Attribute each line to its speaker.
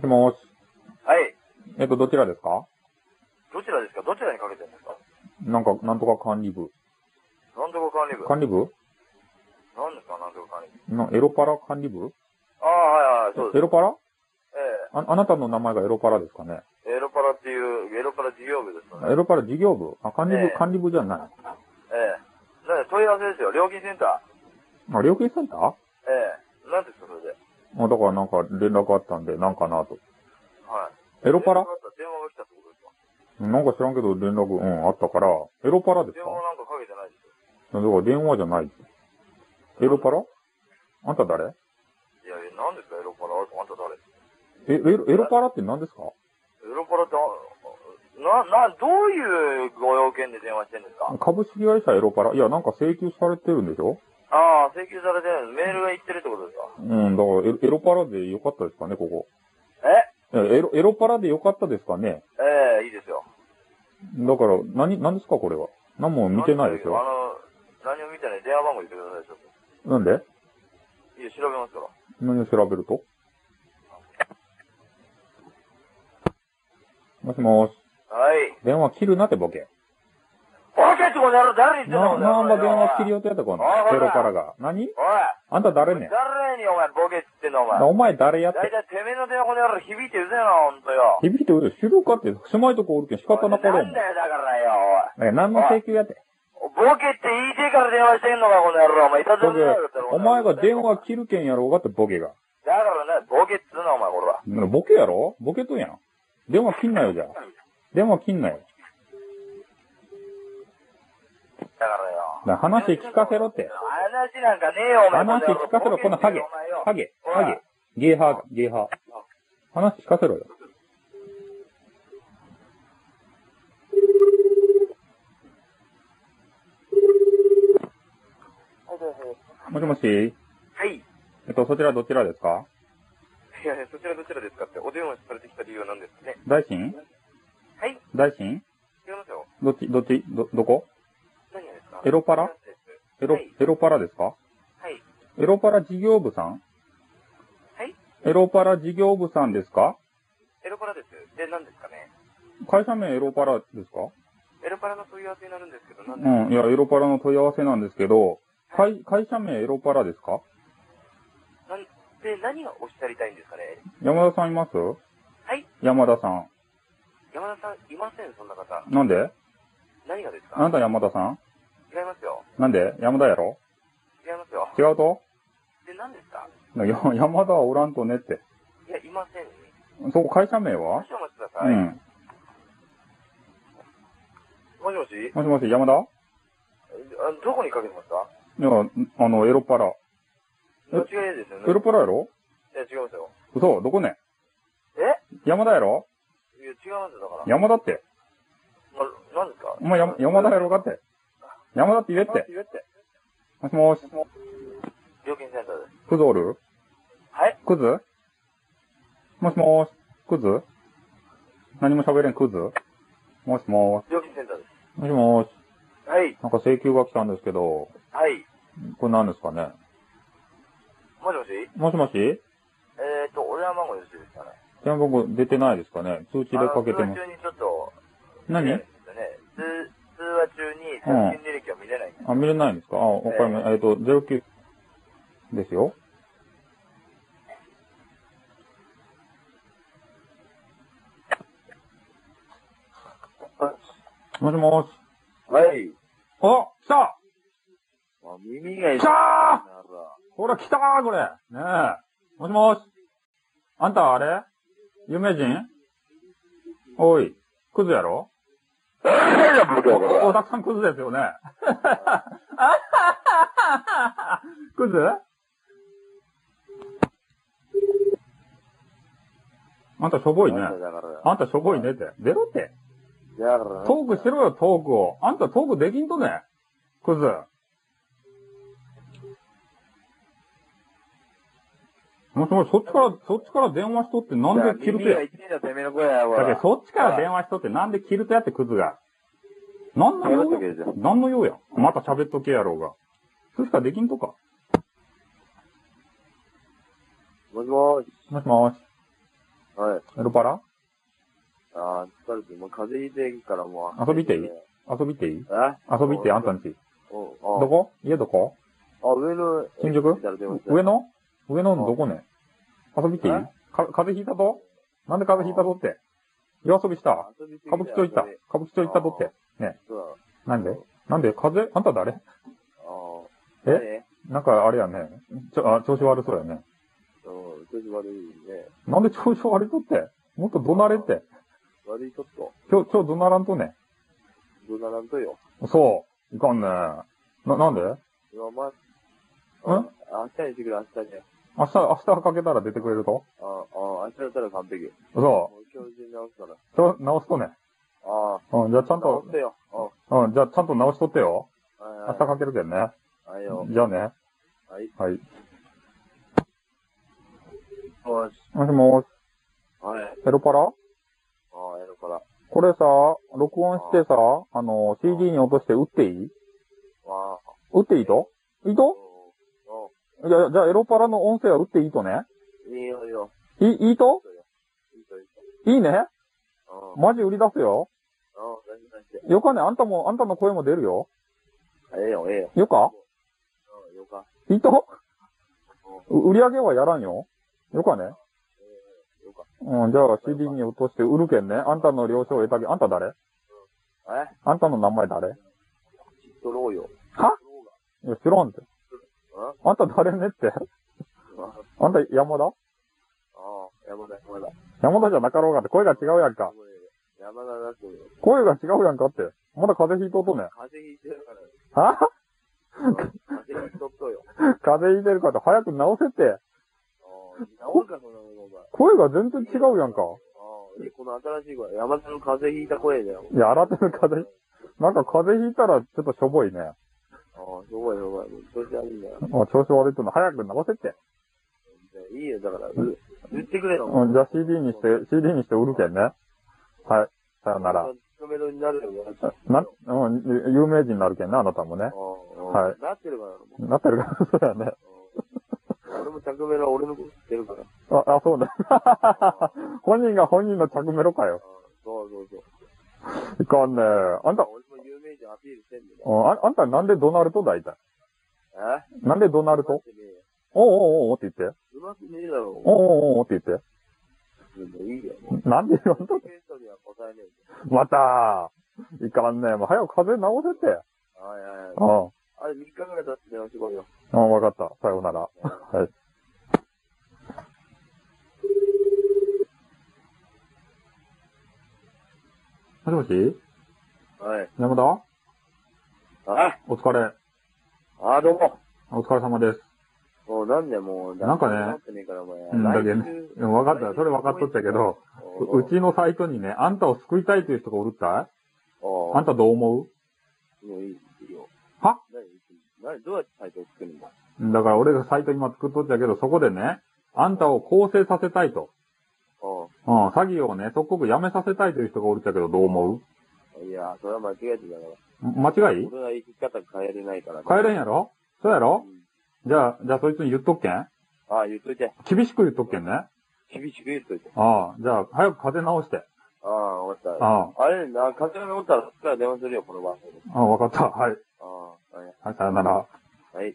Speaker 1: しもし。
Speaker 2: はい。
Speaker 1: えっと、どちらですか
Speaker 2: どちらですかどちらにかけてるんですか
Speaker 1: なんか、なんとか管理部。
Speaker 2: なんとか管理部。
Speaker 1: 管理部
Speaker 2: 何ですかなんとか管理部。
Speaker 1: なエロパラ管理部
Speaker 2: ああ、はいはい、そう
Speaker 1: エ
Speaker 2: です。
Speaker 1: ロパラ
Speaker 2: え
Speaker 1: ああなたの名前がエロパラですかね
Speaker 2: えエロパラっていう、エロパラ事業部ですよ
Speaker 1: エ
Speaker 2: ね。
Speaker 1: ロパラ事業部あ、管理部、
Speaker 2: ええ
Speaker 1: 管理部じゃない。
Speaker 2: ええなんで問い合わせですよ。料金センター。
Speaker 1: あ、料金センターあ、
Speaker 2: ええなんですかそれで。
Speaker 1: だからなんか連絡あったんで、なんかなと。
Speaker 2: はい。
Speaker 1: エロパ
Speaker 2: 電話
Speaker 1: ラ
Speaker 2: があった電話が来たってことですか
Speaker 1: なんか知らんけど連絡、うん、あったから、エロパラです
Speaker 2: 電
Speaker 1: か
Speaker 2: 話なんかかけてないですよ。
Speaker 1: だから電話じゃない。エロパラあんた誰
Speaker 2: いやいや、何ですかエロパラあんた誰エ
Speaker 1: え、エロ、エロパラって何ですか
Speaker 2: ロパラってあ、な、な、どういうご用件で電話してるんですか
Speaker 1: 株式会社エロパラいや、なんか請求されてるんでしょ
Speaker 2: ああ、請求されてるメールが行ってるってことですか
Speaker 1: うん、だからエロエロパラでよかったですかね、ここ。
Speaker 2: え
Speaker 1: いやエロ、エロパラでよかったですかね。
Speaker 2: ええいいですよ。
Speaker 1: だから、何、何ですか、これは。何も見てないです
Speaker 2: あ
Speaker 1: よ。
Speaker 2: の、何を見てない電話番号言ってください、ちょっ
Speaker 1: なんで
Speaker 2: と。いや、調べますから。
Speaker 1: 何を調べるともしもーし。
Speaker 2: はい。
Speaker 1: 電話切るなってボケ。
Speaker 2: バケットこの野郎、誰に言ってん
Speaker 1: な、
Speaker 2: の
Speaker 1: なんだ電話切り
Speaker 2: よ。
Speaker 1: 予定だったこの
Speaker 2: おいほら
Speaker 1: エロパラが。
Speaker 2: お
Speaker 1: 何
Speaker 2: い、
Speaker 1: あんた誰ね
Speaker 2: 誰にお前ボケっつってんの、お前。
Speaker 1: お前誰やっ
Speaker 2: だい
Speaker 1: て。
Speaker 2: たいてめえの電話この野郎響いてうぜえな、ほんとよ。
Speaker 1: 響いてうる。知るかって、狭いとこおるけん仕方なかろう
Speaker 2: なん
Speaker 1: もん。
Speaker 2: だ
Speaker 1: だか
Speaker 2: よ、だからよ、
Speaker 1: ら何の請求やって。
Speaker 2: おい。ボケって言いてえから電話してんのか、この野郎。お前、いたず
Speaker 1: ボ
Speaker 2: ら
Speaker 1: ケ
Speaker 2: だよ、だろ、
Speaker 1: お前が電話
Speaker 2: だ
Speaker 1: 切るけんやろうがってボケが。
Speaker 2: からね、ボケっつうの、お前、これは。
Speaker 1: ボケやろボケとんやん。電話切んなよ、じゃあ。電話切んなよ。
Speaker 2: だからよ。
Speaker 1: な話聞かせろって。
Speaker 2: 話なんかねえよ、お前。
Speaker 1: 話聞かせろ、このハゲ。ハゲ、ハゲ。ゲーハー、ゲーハー。話聞かせろよ。
Speaker 2: は
Speaker 1: もしもしえ
Speaker 2: い。
Speaker 1: っと、そちらどちらですか
Speaker 2: いやいや、そちらどちらですかって、お電話されてきた理由は何ですかね。
Speaker 1: 大臣
Speaker 2: はい、
Speaker 1: 大臣
Speaker 2: 違いますよ。
Speaker 1: どっち、どっち、ど、どこ
Speaker 2: 何がですか
Speaker 1: エロパラエロ、エロパラですか
Speaker 2: はい。
Speaker 1: エロパラ事業部さん
Speaker 2: はい
Speaker 1: エロパラ事業部さんですか
Speaker 2: エロパラです。で、何ですかね
Speaker 1: 会社名エロパラですか
Speaker 2: エロパラの問い合わせになるんですけど、何
Speaker 1: う
Speaker 2: ですか、
Speaker 1: ん、いや、エロパラの問い合わせなんですけど、会、会社名エロパラですか
Speaker 2: なんで、何がおっしゃりたいんですかね
Speaker 1: 山田さんいます
Speaker 2: はい。
Speaker 1: 山田さん。
Speaker 2: 山田さん、いません、そんな方。
Speaker 1: なんで
Speaker 2: 何がですか
Speaker 1: あなた山田さん
Speaker 2: 違いますよ。
Speaker 1: なんで山田やろ
Speaker 2: 違いますよ。
Speaker 1: 違うと
Speaker 2: で、何ですか
Speaker 1: な や山田はおらんとねって。
Speaker 2: いや、いません。
Speaker 1: そこ会社名
Speaker 2: 少
Speaker 1: は、
Speaker 2: 々お待ちください。
Speaker 1: うん。
Speaker 2: もしもし
Speaker 1: もしもし、山田
Speaker 2: あどこにかけてますか
Speaker 1: いや、あの、エロパラ。え
Speaker 2: 間違いですよね。
Speaker 1: エロパラやろ
Speaker 2: いや、違いますよ。
Speaker 1: 嘘どこね
Speaker 2: え
Speaker 1: 山田やろ
Speaker 2: いや、違いますよ、だから。
Speaker 1: 山田って。
Speaker 2: な、なんですか
Speaker 1: お前山山田やろかって。山田って言えって。
Speaker 2: 言えって。
Speaker 1: もしもし、
Speaker 2: 料金センターです。
Speaker 1: クズおる
Speaker 2: はい
Speaker 1: クズもしもーし、クズ何も喋れんクズもしも
Speaker 2: 料金センターです。
Speaker 1: ーし、もしもーし、
Speaker 2: はい。
Speaker 1: なんか請求が来たんですけど、
Speaker 2: はい。
Speaker 1: これ何ですかね
Speaker 2: もしもしえ
Speaker 1: もしもし
Speaker 2: っ、ー、と、お電話番号よろしいですかね。
Speaker 1: 電話番号出てないですかね通知でかけて
Speaker 2: あの
Speaker 1: ま
Speaker 2: 通
Speaker 1: す。
Speaker 2: 話中にちょっと、
Speaker 1: 何
Speaker 2: 見れないですよね通通話中に着信履歴は見れないんです。
Speaker 1: あ、見れないんですかあ、わかりました。えっ、と、09ですよ。もしもーし。
Speaker 2: はい。
Speaker 1: あ来た
Speaker 2: あ耳が
Speaker 1: 来
Speaker 2: 痛い。
Speaker 1: たーほら来たーこれねえ。もしもーし。あんたあれ有名人おい、クズやろお、たくさんクズですよね。 クズあんたしょぼいね。
Speaker 2: だから。
Speaker 1: あんたしょぼいねって。出ろって。
Speaker 2: だから。
Speaker 1: トークしろよ、トークを。あんたトークできんとね。クズ。もしもし、そっちから、そっちから電話しとってなんで切ると
Speaker 2: 耳
Speaker 1: や
Speaker 2: が。痛いんだ、てめえの声や、ほ
Speaker 1: だけ
Speaker 2: ら
Speaker 1: ど、。そっちから電話しとってなんでキルトやってクズが。なんの用
Speaker 2: 喋っとけじゃ
Speaker 1: やなんの用やまた喋っとけやろうが。それしかできんとか。
Speaker 2: もしもし。
Speaker 1: もしもし。
Speaker 2: はい。
Speaker 1: エロパラ
Speaker 2: あー疲れて、もう風邪ひいてるからもう。
Speaker 1: 遊びていい遊びっていい
Speaker 2: え
Speaker 1: 遊びってあんたんち。
Speaker 2: おう
Speaker 1: どこ家どこ
Speaker 2: ああ、上の。
Speaker 1: 新宿上
Speaker 2: 上の。
Speaker 1: 野上野のどこね遊びっていい
Speaker 2: え
Speaker 1: か風邪ひいたぞなんで風邪ひいたぞって。夜遊びした
Speaker 2: 遊びすぎ
Speaker 1: 歌舞伎町行った
Speaker 2: 遊び
Speaker 1: 歌舞伎町行ったぞって。
Speaker 2: そうだ
Speaker 1: なんでなんで風邪あんた誰
Speaker 2: あー
Speaker 1: えなんかあれやね。ちょ、あ、調子悪そうやね。
Speaker 2: 何うん、調子悪いね。
Speaker 1: なんで調子悪いとってもっと怒鳴れって。
Speaker 2: 悪いちょっと。
Speaker 1: 今日、今日怒鳴らんとね。
Speaker 2: どうならんとよ。
Speaker 1: そう。いかんね。な、なんで
Speaker 2: 今ま、ん
Speaker 1: ん
Speaker 2: 明日にしてくれ、明日に。
Speaker 1: 明日、明日かけたら出てくれると
Speaker 2: ああ、明日だったら完璧。
Speaker 1: そ
Speaker 2: もう今日中に直すから。
Speaker 1: う。ちょ、直すとね。
Speaker 2: あ
Speaker 1: うん、じゃあちゃ
Speaker 2: あ、
Speaker 1: んと
Speaker 2: 直、せよ。うん。
Speaker 1: うん、じゃあちゃんと直しとってよ。
Speaker 2: 明
Speaker 1: 明日かけるけんね。
Speaker 2: はいよ。
Speaker 1: じゃあね。は
Speaker 2: はい。
Speaker 1: い。
Speaker 2: よし。
Speaker 1: もしもし、
Speaker 2: はい。
Speaker 1: ヘロパラ
Speaker 2: ああ、やるから。
Speaker 1: これさ、録音してさ、あの、CD に落として打っていい
Speaker 2: ああ。
Speaker 1: 打っていいといいと
Speaker 2: う
Speaker 1: いや、じゃあエロパラの音声は打っていいとね
Speaker 2: ん。いいよ、いいよ。
Speaker 1: いい、いいと
Speaker 2: いいと、いいと。
Speaker 1: いい
Speaker 2: う
Speaker 1: ね
Speaker 2: ん。うん、
Speaker 1: マジ売り出すよ。
Speaker 2: 大事大事。
Speaker 1: よかね、あんたも、あんたの声も出るよ。
Speaker 2: ええよ、ええよ。
Speaker 1: よか
Speaker 2: うん、よか。
Speaker 1: いいと
Speaker 2: う
Speaker 1: う売り上げはやらんよ。よかね
Speaker 2: ん、よか。
Speaker 1: うん、じゃあ CD に落として売るけんね。あんたの了承を得たけん。あんた誰
Speaker 2: え
Speaker 1: あんたの名前誰い
Speaker 2: 知っとろうよ。
Speaker 1: はや、知らんって。
Speaker 2: うんあ
Speaker 1: あんた誰ねって。
Speaker 2: あ、
Speaker 1: あんた山田
Speaker 2: 山田、山田。
Speaker 1: 山田じゃなかろうがって声が違うやんか。
Speaker 2: 山田だって、
Speaker 1: 声が違うやんかって。まだ風邪ひいとうとね。
Speaker 2: 風邪ひいてるから。
Speaker 1: は
Speaker 2: うん風邪ひいとっとよ。
Speaker 1: 風邪ひいてるからって早く治せって。
Speaker 2: うん、治るか、そんなもん、お前。
Speaker 1: 声が全然違うやんか。
Speaker 2: うん、でこの新しい声、山田の風邪ひいた声だよ。
Speaker 1: いや、新手の風邪、なんか風邪ひいたらちょっとしょぼいね。
Speaker 2: ああ、すごいすごい。調子悪いんだよ。
Speaker 1: もう調子悪いっての早く治せって。
Speaker 2: いいよ、だから、う言ってくれよ。
Speaker 1: うん、じゃあ CD にして、CD にして売るけんね。はい。さよなら。。
Speaker 2: 勤めになるよ、なって
Speaker 1: な、うん、ゆ有名人になるけんね、あなたもね。はい
Speaker 2: い。なってるから、も
Speaker 1: なってるから、 そうやね。
Speaker 2: う。俺も着メロは俺のこと知ってる から。
Speaker 1: あ、あ、そうだ。本人が本人の着メロかよ。
Speaker 2: そうそうそう。
Speaker 1: いかんねあんた、
Speaker 2: 俺も有名人アピールしてんだよ。
Speaker 1: うんああんたなんでドナルドだいたい。
Speaker 2: え
Speaker 1: なんでドナル
Speaker 2: うま
Speaker 1: ド
Speaker 2: くねえよ
Speaker 1: おうおうおうおうって言って。
Speaker 2: うまくねえだろ。
Speaker 1: おうおうおうって言っ
Speaker 2: いいよ。も
Speaker 1: て。なんで言わんと
Speaker 2: うテストには答えねえよ。
Speaker 1: またいかんねもう早く風邪治せて。
Speaker 2: はいはいはい。
Speaker 1: うん。
Speaker 2: あれ、3日ぐらい経って電話してこいよ。
Speaker 1: あ、わかった。さようなら。はい。もしもし
Speaker 2: はい。
Speaker 1: 山田
Speaker 2: あ、
Speaker 1: お疲れ。
Speaker 2: あ、どうも。
Speaker 1: お疲れ様です。
Speaker 2: もうなんでもう、
Speaker 1: なんかね
Speaker 2: なってねえから、お前。
Speaker 1: うんだけど
Speaker 2: 来
Speaker 1: ね
Speaker 2: 週
Speaker 1: でも分かった。それ分かっとったけど、ううちのサイトにね、あんたを救いたいという人がおるったい
Speaker 2: あ
Speaker 1: あんたどう思
Speaker 2: もういいいいよ。
Speaker 1: は
Speaker 2: 何何どうやってサイトを作るの
Speaker 1: うだから俺がサイト今作っとったけど、そこでね、あんたを更生させたいと。
Speaker 2: う
Speaker 1: うん、詐欺をね、即刻やめさせたいという人がおるったけど、どう思
Speaker 2: ん。いや、それは間違えてたから。
Speaker 1: うん間違い
Speaker 2: 俺は生き方変えれないから、
Speaker 1: 変えれん
Speaker 2: や
Speaker 1: やろそうやろ
Speaker 2: ん。
Speaker 1: じゃあ、じゃあそいつに言っとっけん
Speaker 2: ああ、言っといて。
Speaker 1: 厳しく言っとっけんね。
Speaker 2: 厳しく言っといて。
Speaker 1: ああ、じゃあ、早く風邪直して。
Speaker 2: ああ、終わった。
Speaker 1: あ
Speaker 2: あれ、な、風邪が治ったら、そっから電話するよ、この番組。
Speaker 1: あ、ああわかった。はい。
Speaker 2: ああ、はい
Speaker 1: はい、さよなら。
Speaker 2: はい。